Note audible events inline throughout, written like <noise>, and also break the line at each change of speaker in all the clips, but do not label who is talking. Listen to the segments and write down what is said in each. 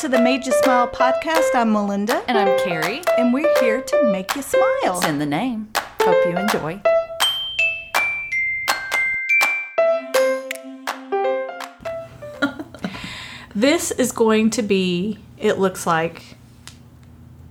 to the Made You Smile podcast. I'm Melinda,
And I'm Carrie.
and we're here to make you smile.
It's in the name. Hope you enjoy.
This is going to be, it looks like,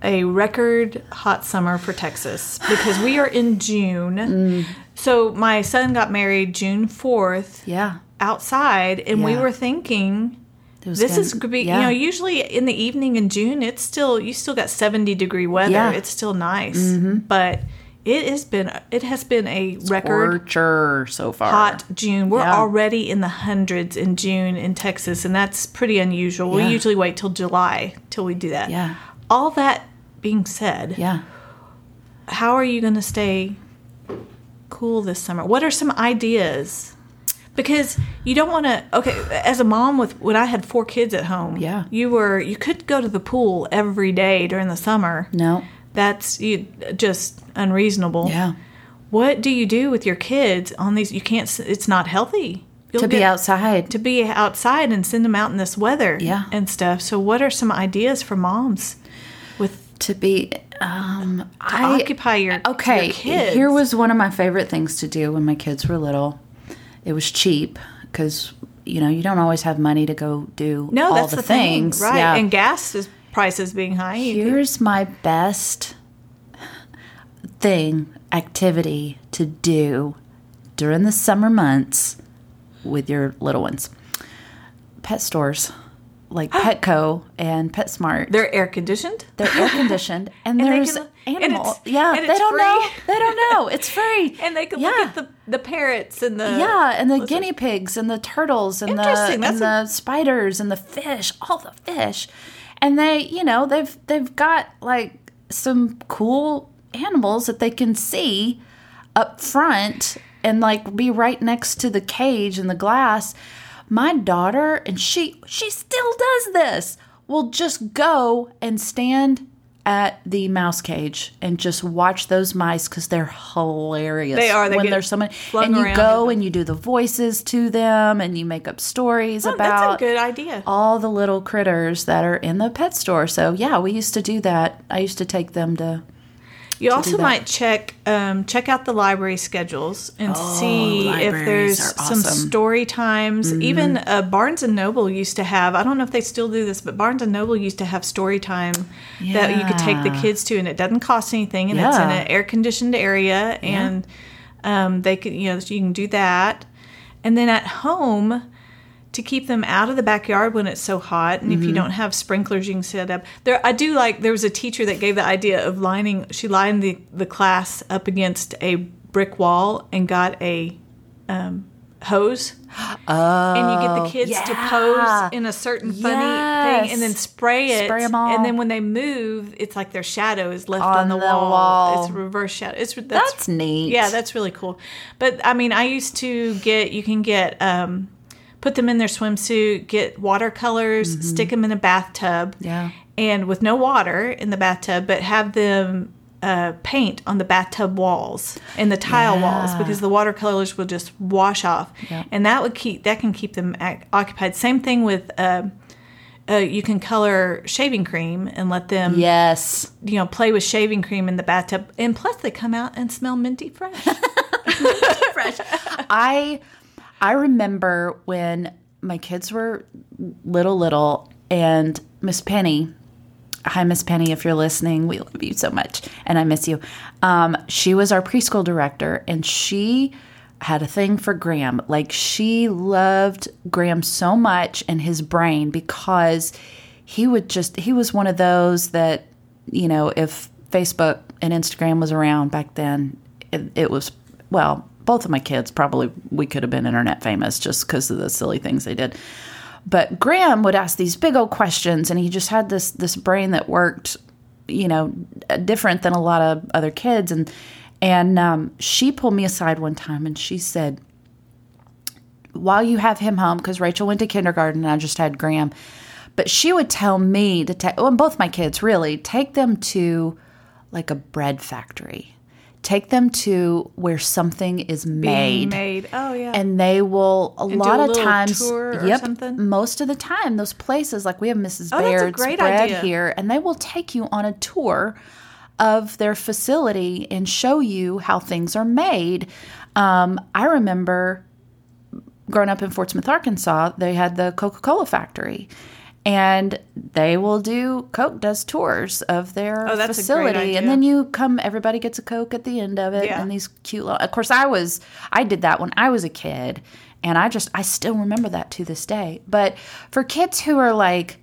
a record hot summer for Texas because we are in June.
Mm.
So my son got married June 4th
Yeah.
outside, and we
Yeah.
were thinking.
There's
This
gonna-
is going be,
yeah.
you know, usually in the evening in June, it's still, you still got 70 degree weather.
Yeah. Mm-hmm.
It's still nice. But it has been, it has been a record
Orcher so far.
hot June. We're
Yeah.
already in the hundreds in June in Texas, and that's pretty unusual.
Yeah.
We usually wait till July till we do that.
Yeah.
All that being said,
Yeah.
how are you going to stay cool this summer? What are some ideas? Because you don't want to. Okay, as a mom with when I had four kids at home,
Yeah.
you were you could go to the pool every day during the summer.
No.
That's you just unreasonable
Yeah.
what do you do with your kids on these you can't s- it's not healthy You'll
to be
get-
outside.
to be outside and send them out in this weather
Yeah.
and stuff so what are some ideas for moms with
to be um I
occupy your
okay
your kids
here was one of my favorite things to do when my kids were little it was cheap because you know you don't always have money to go do
no
all
that's
the,
the, thing
things
right
yeah.
and gas is prices being high you could-
here's my best thing activity to do during the summer months with your little ones pet stores
<gasps>
like petco and petsmart
they're air conditioned
they're air
<laughs>
conditioned, and,
they
there's
can- and
animal.
it's-
yeah,
and
they
it's
don't
free.
know. They don't know. It's free,
<laughs> and they could
yeah.
look at the the parrots and the
yeah, and the
listen.
guinea pigs and the turtles and the
Interesting, that's
and the spiders and the fish, all the fish, and they you know they've they've got like some cool animals that they can see up front and like be right next to the cage and the glass. My daughter and she she still does this. Will just go and stand at the mouse cage and just watch those mice because they're hilarious.
They are. They
when
get
there's someone
flung
and you
around
go
and-
and you do the voices to them and you make up stories
Oh,
about
that's a good idea
all the little critters that are in the pet store. So yeah, we used to do that. I used to take them to
You also
that.
might check um, check out the library schedules and see if
Oh, libraries
there's
are
some
awesome. Mm-hmm.
story times. Even uh, Barnes and Noble used to have. I don't know if they still do this, but Barnes and Noble used to have story time that you could take the
Yeah.
kids to, and it doesn't cost anything, and it's in
Yeah.
an air conditioned area, and um, they can you know you can do that, and then at home. To keep them out of the backyard when it's so hot, and
Mm-hmm.
if you don't have sprinklers, you can set up. There, I do like. There was a teacher that gave the idea of lining. She lined the the class up against a brick wall and got a um,
<gasps>
hose, and you get the kids to
Oh, yeah.
pose in a certain funny
Yes.
thing, and then spray it.
Spray 'em all.
And then when they move, it's like their shadow is left
On
on, the,
the
wall.
wall.
It's reverse shadow. It's that's,
That's neat.
Yeah, that's really cool. But I mean, I used to get. You can get. Um, Put them in their swimsuit, get watercolors, stick them in a bathtub,
Yeah.
and with no water in the bathtub, but have them uh, paint on the bathtub walls and the tile walls because the watercolors will just wash off, and that would keep that can keep them ac- occupied. Same thing with. Uh, uh, you can color shaving cream and let them,
Yes.
you know, play with shaving cream in the bathtub. And plus, they come out and smell minty fresh.
I I remember when my kids were little little and Miss Penny Hi, Miss Penny, if you're listening, we love you so much and I miss you. Um, she was our preschool director and she had a thing for Graham. Like, she loved Graham so much and his brain because he would just, he was one of those that, you know, if Facebook and Instagram was around back then, it, it was, well, both of my kids probably we could have been internet famous just because of the silly things they did. But Graham would ask these big old questions, and he just had this this brain that worked, you know, uh, different than a lot of other kids. And and um, she pulled me aside one time, and she said, "While you have him home, because Rachel went to kindergarten, and I just had Graham." But she would tell me to take, well, both my kids really, take them to like a bread factory take them to where something is made.
made. Oh yeah.
And they will a
do
lot
a
of
little
times.
tour or
yep,
something? Oh,
most of the time, those places like we have Mrs.
that's a
Baird's
great
Bread
idea.
here, and they will take you on a tour of their facility and show you how things are made. Um, I remember growing up in Fort Smith, Arkansas, they had the Coca Cola factory. And they will do Coke does tours of their
Oh, that's a great
facility, and
idea.
then you come. Everybody gets a Coke at the end of it,
Yeah.
and these cute. Little, of course, I was I did that when I was a kid, and I just I still remember that to this day. But for kids who are like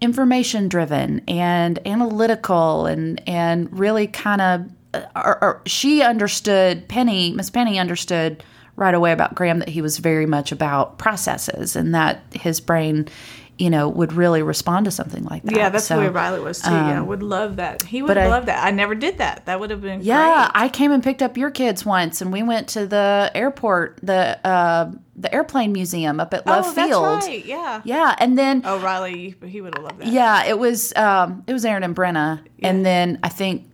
information driven and analytical and and really kind of or, or she understood Penny Miss Penny understood right away about Graham that he was very much about processes and that his brain you know would really respond to something like that
yeah, that's
So- um,
where Riley was too. yeah, would love that. He would
I-
love that. I never did that. That would have been
Yeah,
great.
I came and picked up your kids once, and we went to the airport, the uh, the airplane museum up at Love
oh,
Field.
that's right. Yeah.
Yeah, and then
Oh, Riley, he would have loved that.
yeah, it was um, it was Aaron and Brenna, and then I think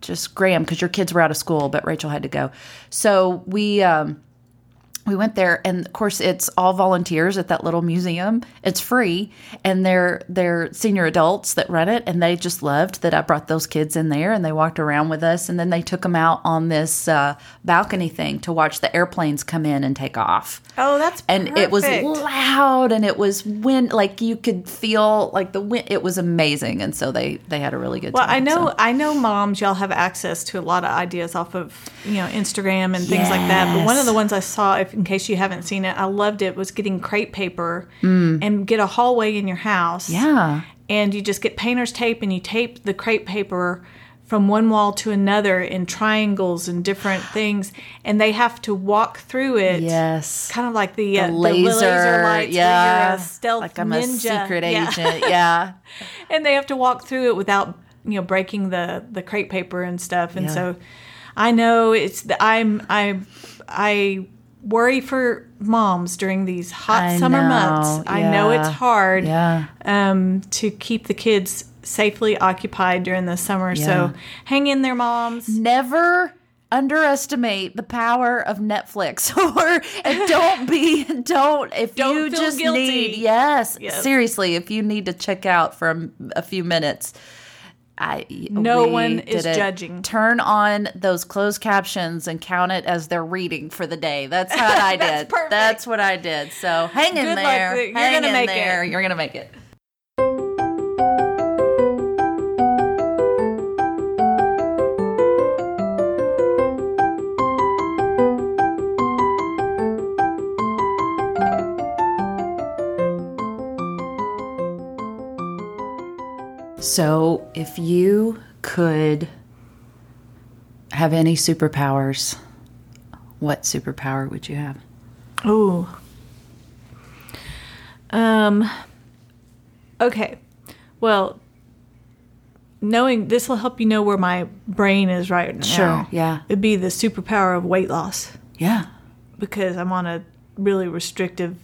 just Graham because your kids were out of school, but Rachel had to go. So we um, we went there, and of course it's all volunteers at that little museum. It's free, and they're they're senior adults that run it, and they just loved that I brought those kids in there, and they walked around with us, and then they took them out on this uh, balcony thing to watch the airplanes come in and take off
Oh, that's
and it was
perfect.
loud and it was wind like you could feel like the wind it was amazing and so they they had a really good
Well, I
time
know
so.
I know moms y'all have access to a lot of ideas off of you know Instagram and things like that. But one of the
Yes.
ones I saw, if in case you haven't seen it, I loved it was getting crepe paper and get a hallway in your house.
Mm. yeah
and you just get painter's tape and you tape the crepe paper from one wall to another in triangles and
<sighs>
different things, and they have to walk through it.
yes
Kind of like the, uh,
A
the laser lights, where you're a stealth
like I'm
ninja.
a secret
Yeah <laughs>
agent yeah
and they have to walk through it without you know breaking the the crepe paper and stuff and
Yeah.
so i know it's the, i'm i i worry for moms during these hot
I
summer
know,
months i know it's
yeah,
hard
yeah.
um, to keep the kids safely occupied during the summer
Yeah.
so hang in there moms
never underestimate the power of Netflix <laughs> or and don't be don't if
Don't
you
feel
just
guilty.
need yes,
Yes.
seriously if you need to check out for a, a few minutes I
No
we
one is
did it.
judging.
Turn on those closed captions and count it as they're reading for the day. That's
<laughs>
how I
That's
did.
perfect.
That's what I did. So hang in
Good luck.
there.
You're
hang
gonna
in
make it.
there. You're gonna make it. So, if you could have any superpowers, what superpower would you have?
Ooh. Um. Okay. Well, knowing this will help you know where my brain is right now.
Sure, yeah.
It'd be the superpower of weight loss
Yeah.
because I'm on a really restrictive,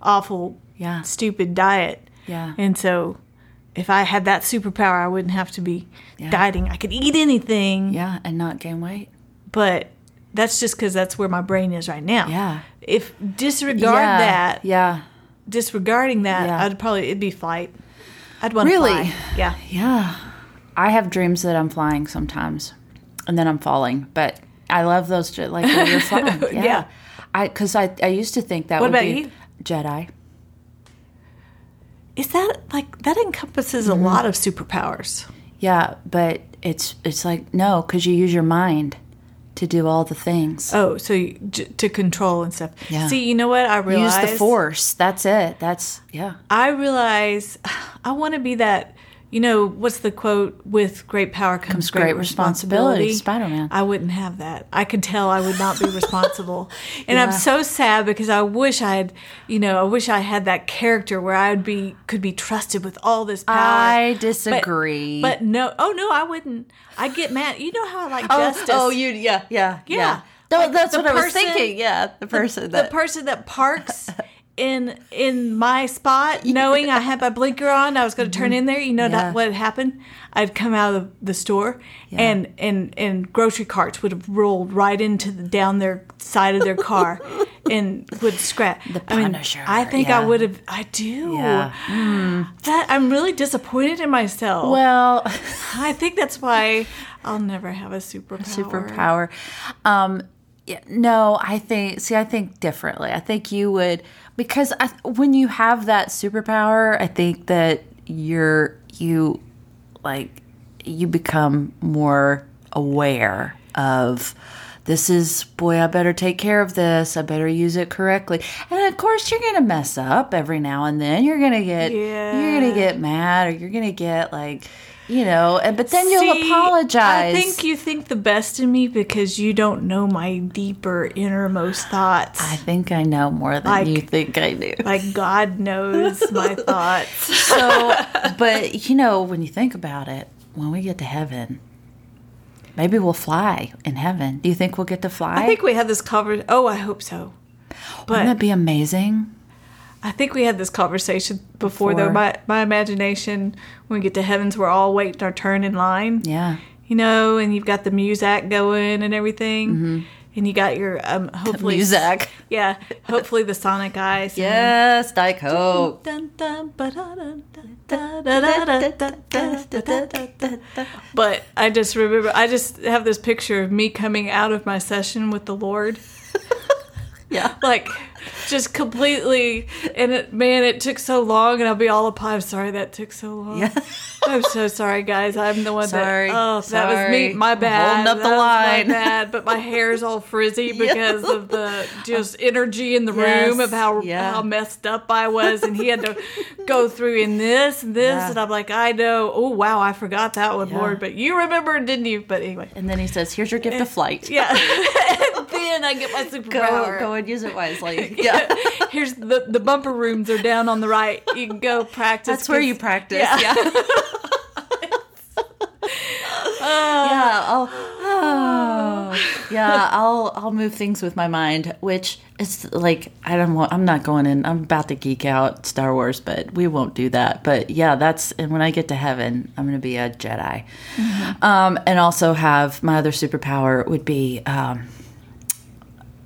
awful,
Yeah.
stupid diet.
Yeah.
And so, if I had that superpower, I wouldn't have to be
Yeah.
dieting. I could eat anything,
Yeah, and not gain weight.
but that's just because that's where my brain is right now.
Yeah.
If disregard
yeah.
that,
Yeah.
disregarding that,
Yeah.
I'd probably it'd be flight. I'd want
Really?
to fly. Yeah.
Yeah. I have dreams that I'm flying sometimes and then I'm falling, but I love those ju- like
<laughs>
when you're flying. Yeah.
Yeah.
I cuz I I used to think that
What
would
about
be
you?
Jedi.
Is that like that encompasses a lot of superpowers?
Yeah, but it's it's like no, cuz you use your mind to do all the things.
Oh, so you, j- to control and stuff.
Yeah.
See, you know what I Oh, realize?
Use the force. That's it. That's yeah.
I realize <sighs> I want to be that. You know what's the quote? With great power comes, great,
great responsibility."
responsibility.
Spider-Man.
I wouldn't have that. I could tell I would <laughs> not be responsible, and I'm so sad because I wish I had. You know, I wish I had that character where I'd be could be trusted with all this power.
I disagree.
Uh, But no, oh no, I wouldn't. I get mad. You know how I like justice.
Oh, yeah, yeah,
Yeah.
No,
Like,
that's
the
what I was
person-
thinking. Yeah, the person
the
that
person that parks in in my spot, knowing I had my blinker on, I was going to turn in there. You know
Yeah.
that what had happened? I'd come out of the store, and and and grocery carts would have rolled right into the, down their side of their car,
<laughs>
and would scratch. The
Punisher,
I, mean, I think I
yeah.
would have. I do.
Yeah.
That I'm really disappointed in myself.
Well, <laughs>
I think that's why I'll never have a superpower.
superpower. Um, yeah, no, I think. See, I think differently. I think you would because I, when you have that superpower, I think that you're you like you become more aware of this is boy i better take care of this i better use it correctly and of course you're gonna mess up every now and then you're gonna get you're gonna
Yeah.
get mad or you're gonna get like you know and but then you'll
See,
apologize
I think you think the best in me because you don't know my deeper, innermost thoughts.
I think I know more than
Like-
you think I do. <laughs>
like God knows my thoughts.
So, but you know, when you think about it, when we get to heaven, maybe we'll fly in heaven. Do you think we'll get to fly?
I think we had this conversation. Oh, I hope so.
Wouldn't that
But
be amazing?
I think we had this conversation before,
Before.
though. My my imagination when we get to heavens, we're all waiting our turn in line.
Yeah.
You know, and you've got the Muzak going and everything.
Mm-hmm.
And you got your um hopefully
Muzak.
Yeah. Hopefully the Sonic Eyes.
Yes, Dick Hope.
But I just remember, I just have this picture of me coming out of my session with the Lord,
Yeah.
like just completely. And it, man, it took so long, and I'll be all up. I'm sorry that took so long.
Yeah.
I'm so sorry, guys. I'm the one
Sorry,
that. Oh, that was
sorry.
me. My
I'm
bad.
holding up the
That was
line.
My bad. But my hair's all
<laughs>
frizzy because of the just energy in the
Yes,
room of how
yeah.
how messed up I was, and he had to go through in this and this,
Yeah.
and I'm like, I know. Oh wow, I forgot that one,
Yeah.
Lord. But you remembered, didn't you? But anyway,
<laughs> And then he says, "Here's your gift of flight.
yeah. <laughs> and then I get my
<laughs> Go,
superpower.
go and use it wisely." <laughs> Yeah.
<laughs> Here's the the bumper rooms are down on the right. You can go practice.
That's where you practice. Yeah. Yeah. I'll, oh. <sighs> yeah, I'll I'll move things with my mind, which is like I don't want. I'm not going in. I'm about to geek out Star Wars, but we won't do that. But yeah, that's and when I get to heaven, I'm gonna be a Jedi, um, and also have my other superpower would be um,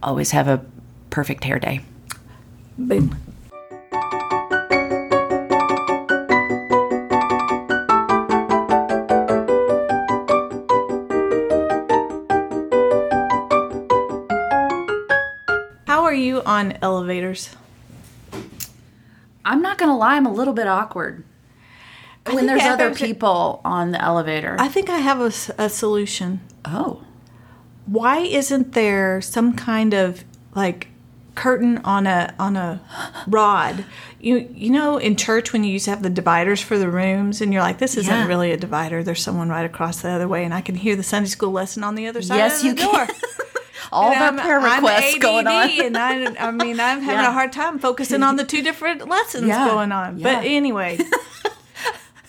always have a perfect hair day.
Boom. How are you on elevators?
I'm not gonna lie, I'm a little bit awkward when
think
there's
I-
other
there's a-
people on the elevator.
I think I have a, s- a solution.
oh,
Why isn't there some kind of like curtain on a on a rod? You you know in church when you used to have the dividers for the rooms and you're like this isn't
Yeah.
really a divider. There's someone right across the other way and I can hear the Sunday school lesson on the other side
yes,
of the
you
door. <laughs>
can. All
And
the
I'm-
prayer
I'm
requests going on.
ADD, <laughs>
<laughs>
and I, I mean, I'm having
Yeah.
a hard time focusing on the two different lessons
<laughs> Yeah.
going on. But
Yeah. <laughs>
anyway,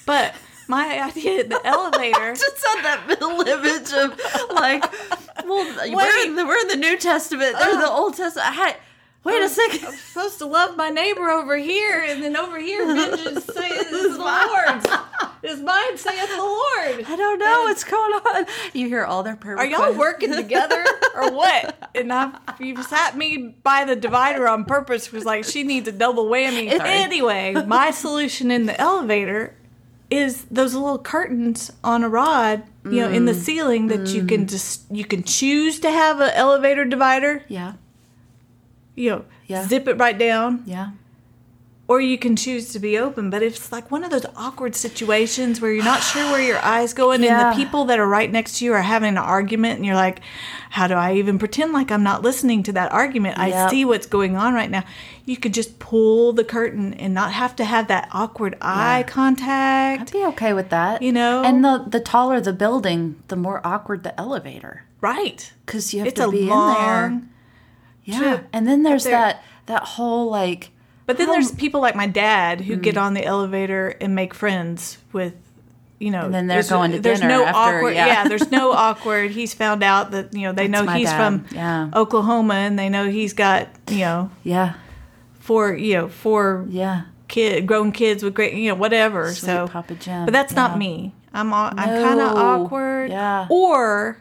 but my idea in the
<laughs>
elevator.
just had that mental image of like,
<laughs>
well, we're in the, we're in the New Testament. They're the
Oh.
Old Testament. Hi, wait a second.
supposed to love my neighbor over here, and then over here, vengeance <laughs> saith the Lord. Is mine saith the Lord.
I don't know what's going on. You hear all their prayer.
Are y'all working together or what? And I, you sat me by the divider on purpose. Was like she needs a double whammy.
Sorry.
Anyway, my solution in the elevator is those little curtains on a rod, you know, in the ceiling that you can just you can choose to have an elevator divider.
Yeah,
You know,
Yeah.
zip it right down.
yeah.
or you can choose to be open but it's like one of those awkward situations where you're not sure where your eyes going
Yeah.
and the people that are right next to you are having an argument and you're like how do i even pretend like i'm not listening to that argument i
Yep.
see what's going on right now you could just pull the curtain and not have to have that awkward eye
I'd
contact
be okay with that.
You know?
and the the taller the building, the more awkward the elevator.
right
because you have
it's
to
a
be in
long
there. Yeah,
trip
and then there's
there.
that that whole like
but then
How-
there's people like my dad who
mm.
get on the elevator and make friends with you know, and
then they're going to
there's
dinner
no
after,
awkward.
yeah.
there's
<laughs>
no awkward. He's found out that you know they know
my
he's
dad,
from
yeah.
Oklahoma and they know he's got you know
yeah
for you know for
Yeah.
kid grown kids with great you know whatever.
Sweet
so
Papa Jim,
but that's
yeah.
not me. I'm all, I'm kind
No,
of awkward.
yeah. Mm.
Or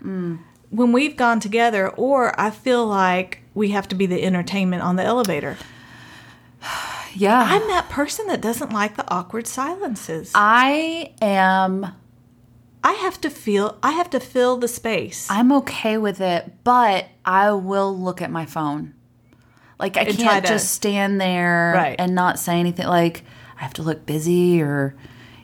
when we've gone together, or I feel like we have to be the entertainment on the elevator.
Yeah.
I'm that person that doesn't like the awkward silences.
I am
I have to feel I have to fill the space.
I'm okay with it, but I will look at my phone. Like I
And try
can't
to-
just stand there
Right.
and not say anything. Like I have to look busy or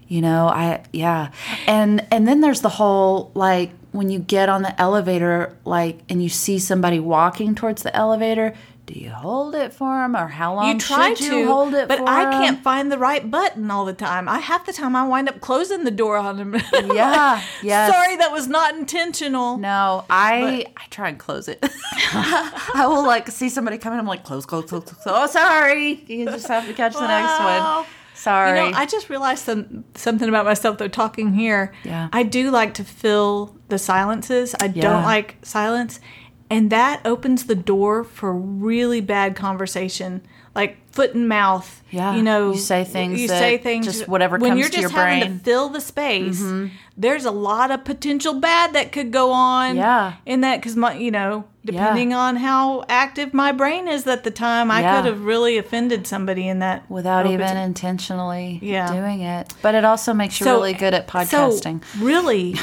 you know, I yeah. And and then there's the whole like when you get on the elevator like and you see somebody walking towards the elevator, do you hold it for them or how long
you try
should
to
you hold it
but
for
I
'em?
can't find the right button all the time. I half the time I wind up closing the door on <laughs> them.
Yeah. Yes.
Sorry, that was not intentional.
No, I I try and close it. <laughs> I will like see somebody coming. I'm like close, close, close, close. Oh, sorry. You just have to catch the next
Wow.
one. Sorry.
You know, I just realized some, something about myself though talking here.
Yeah.
I do like to fill the silences. I
Yeah.
don't like silence. And that opens the door for really bad conversation, like foot and mouth.
Yeah.
You know,
You say things
You
that
say things.
just whatever
when
comes
you're
to
just
your
having
brain. Mm-hmm.
to fill the space, there's a lot of potential bad that could go on.
Yeah.
In that, because my, you know,
Yeah.
depending on how active my brain is at the time, I
Yeah.
could have really offended somebody in that
Without
open-
even intentionally
Yeah.
doing it, but it also makes you really good at podcasting.
So
<laughs>
really,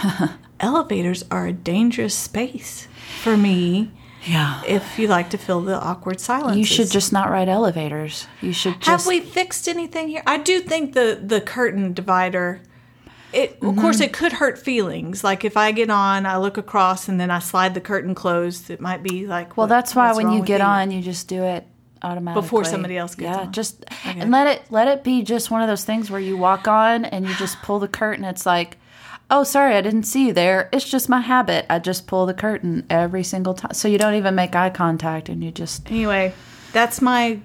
elevators are a dangerous space for me.
yeah.
If you like to fill the awkward silence,
You should just not ride elevators. You should
Have
just.
we fixed anything here? I do think the the curtain divider. It, Of
Mm-hmm.
course, it could hurt feelings. Like if I get on, I look across, and then I slide the curtain closed. It might be like.
well, that's why when you get
on.
on, you just do it automatically
somebody else gets
yeah,
on.
just and let it let it be just one of those things where you walk on and you just pull the curtain. It's like, oh, sorry, I didn't see you there. It's just my habit. I just pull the curtain every single time, so you don't even make eye contact, and you just
Anyway, that's my,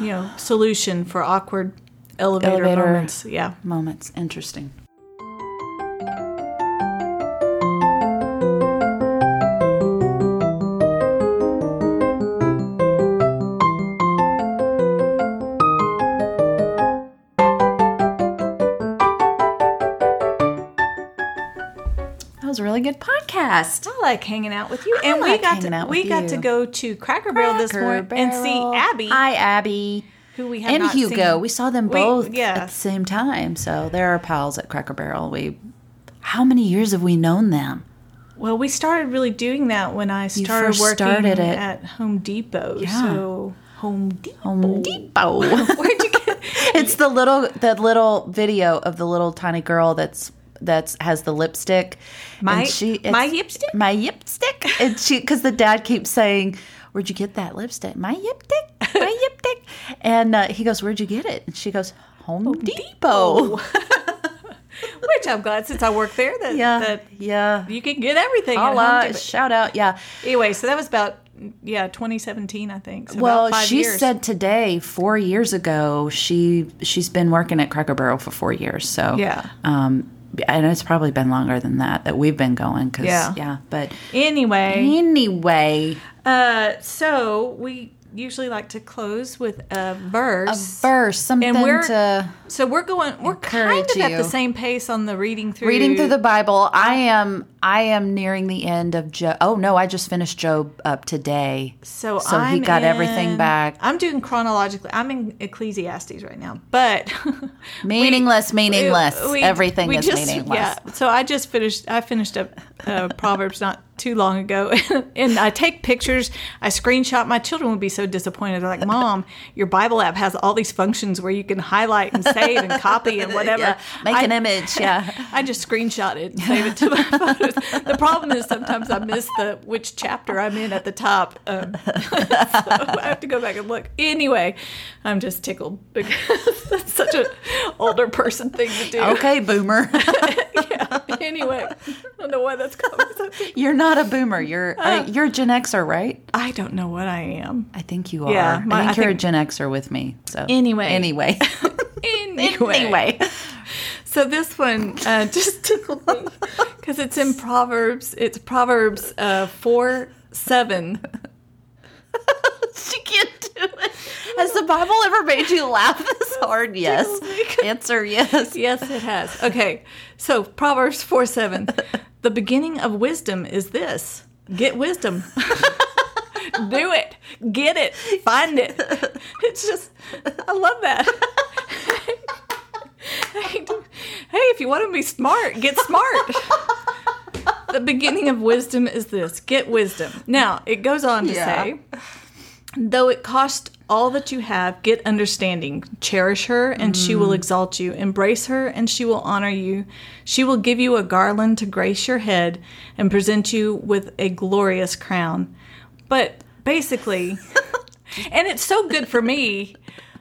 you know, solution for awkward elevator,
Elevator.
moments. Yeah.
moments interesting. That was a really good podcast.
I like hanging out with you,
I
and we
like
got to
hanging out
we
with
got
you.
to go to Cracker Barrel this
Cracker
morning and see
Barrel.
Abby,
Hi, Abby.
who we have
And
not
Hugo.
seen.
We saw them
We-
both at the
yes.
same time. So they're our pals at Cracker Barrel. We, how many years have we known them?
Well, we started really doing that when I started
first
working
started it.
at Home Depot.
Yeah.
So Home Depot. <laughs>
Home Depot. Where'd you get? <laughs> It's the little the little video of the little tiny girl that's that's has the lipstick.
My-
it's-
my yipstick?
My yipstick. And she because the dad keeps saying, "Where'd you get that lipstick? My yipstick,
<laughs>
my yipstick." And uh, he goes, "Where'd you get it?" And she goes, "Home,
<laughs>
Depot."
Which I'm glad since I work there that,
<laughs> Yeah,
that
yeah.
you can get everything. at Home
Holla,
Depot.
shout out, yeah.
Anyway, so that was about yeah 2017, I think. So
Well,
about five
she
years.
said today, four years ago, she she's been working at Cracker Barrel for four years. So
Yeah.
um, and it's probably been longer than that that we've been going. Cause yeah,
Yeah.
But
anyway.
anyway,
Uh, so we usually like to close with a verse.
first something
And we're
to
so we're going we're kind
Um, encourage
of at
you.
the same pace on the reading through
reading through the Bible. I am I am nearing the end of Job. Oh no, I just finished Job up today.
so
so he
I'm
got everything
in-
back.
I'm doing chronologically. I'm in Ecclesiastes right now, but <laughs>
Meaningless, meaningless.
we-
everything
we
is
just-
meaningless.
Yeah. So I just finished. I finished up uh, <laughs> Proverbs not too long ago, <laughs> and I take pictures. I screenshot. My children would be so disappointed. They're like, "Mom, your Bible app has all these functions where you can highlight and save and copy and whatever.
<laughs> Yeah, Uh, make an
I-
image. Yeah.
<laughs> I just screenshot it and save it to my <laughs> photos. The problem is sometimes I miss the which chapter I'm in at the top. Um, <laughs> so I have to go back and look. Anyway, I'm just tickled because <laughs> that's such an older person thing to do.
okay,
<laughs>
boomer. <laughs>
Anyway, I don't know why that's coming.
You're not a boomer. You're uh, you're a Gen Xer, right?
I don't know what I am.
I think you are.
Yeah, my-
I think
I
you're
think-
a Gen Xer with me. So
Anyway. <laughs>
anyway,
Anyway.
<laughs>
So this one uh, <laughs> just tickled me because it's in Proverbs. It's Proverbs uh, 4 7.
she can't do it. Has the Bible ever made you laugh
<laughs>
this
Oh
hard? Yes. Answer yes. <laughs>
Yes, it has. Okay. So Proverbs 4 7. the beginning of wisdom is this get wisdom. <laughs> Do it. Get it. Find it. It's just, I love that. hey, if you want to be smart, get smart. the beginning of wisdom is this get wisdom. Now, it goes on to
Yeah.
say, though it cost all that you have, get understanding. Cherish her, and she will exalt you. Embrace her, and she will honor you. She will give you a garland to grace your head and present you with a glorious crown. But
<laughs>
basically, and it's so good for me.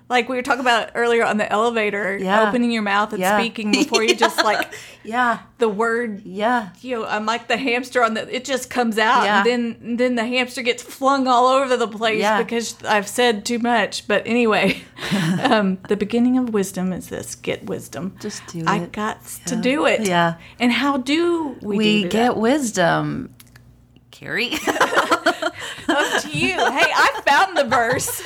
Like we were talking about earlier on the elevator,
Yeah.
opening your mouth and
Yeah.
speaking before you
<laughs>
just like
Yeah.
the word
Yeah.
you know, I'm like the hamster on the. It just comes out,
Yeah.
and then then the hamster gets flung all over the place
Yeah.
because I've said too much. But
<laughs>
anyway, um, the beginning of wisdom is this: get wisdom.
Just do
I
it.
got to
Yeah.
do it.
Yeah.
And how do we,
We
do
get wisdom. Carrie.
that? up to you? Hey, I found the
<laughs>
verse.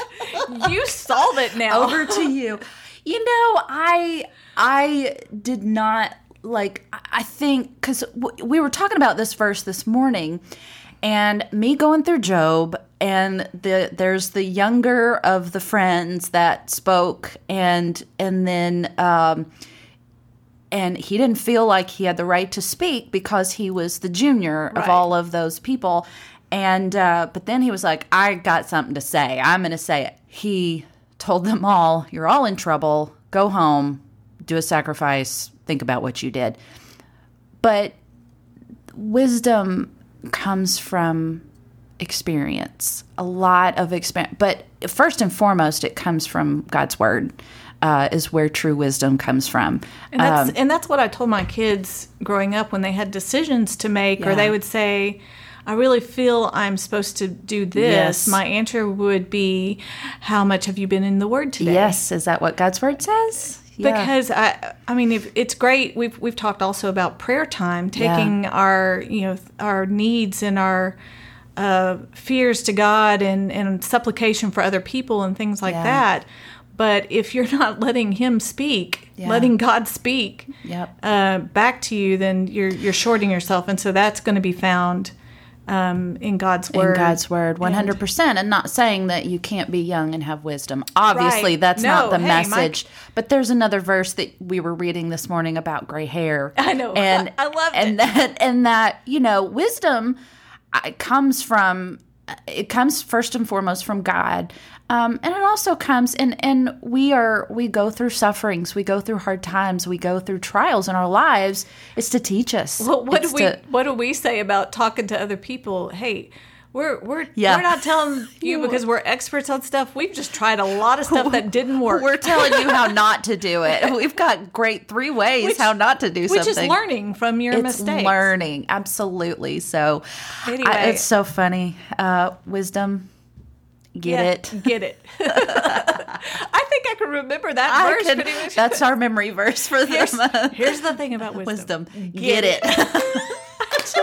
You solve it now.
over to you. You know, I I did not like. I- I think because w- we were talking about this verse this morning, and me going through Job, and the there's the younger of the friends that spoke, and and then. Um, and he didn't feel like he had the right to speak because he was the junior of
Right.
all of those people and uh, but then he was like i got something to say i'm going to say it he told them all you're all in trouble go home do a sacrifice think about what you did but wisdom comes from experience a lot of experience but first and foremost it comes from god's word uh, is where true wisdom comes from
And that's,
Um,
and that's what I told my kids growing up when they had decisions to make,
Yeah.
or they would say, I really feel I'm supposed to do this.
Yes.
My answer would be, How much have you been in the Word today?
Yes, is that what God's word says?
Because I, I mean, if, it's great. We've we've talked also about prayer time, taking our you know our needs and our uh, fears to God and and supplication for other people and things like
Yeah.
that. But if you're not <laughs> letting Him speak,
Yeah.
letting God speak,
Yep.
uh, back to you, then you're you're shorting yourself, and so that's going to be found um, in God's
in
word.
God's word, one hundred percent, and not saying that you can't be young and have wisdom. Obviously,
Right.
that's
No,
not the
hey, Mike.
message. But there's another verse that we were reading this morning about gray hair.
<laughs> I know.
and
I loved
and
it.
that and that you know wisdom uh, comes from uh, it comes first and foremost from God, um, and it also comes and and we are we go through sufferings, we go through hard times, we go through trials in our lives. It's to teach us.
But what
It's
do we
to-
what do we say about talking to other people? Hey, we're we're
Yeah.
we're not
<laughs>
telling you because we're experts on stuff. We've just tried a lot of stuff
<laughs>
that didn't work. <laughs>
We're telling you how not to do it. We've got great three ways
Which-
how not to do
which is
something.
learning from your
It's
mistakes.
learning, absolutely. So, I-
Anyway.
it's so funny. Uh, wisdom, get
Yeah, <laughs>
it.
Get
<laughs>
it. I think I can remember that
I
verse
can-
pretty much.
that's our memory verse for the
here's,
month.
here's the thing about wisdom.
<laughs> Wisdom, get, it. <laughs>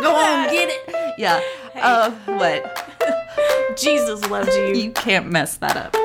Go on, get it. Yeah. Uh, what?
Jesus loves you.
You can't mess that up.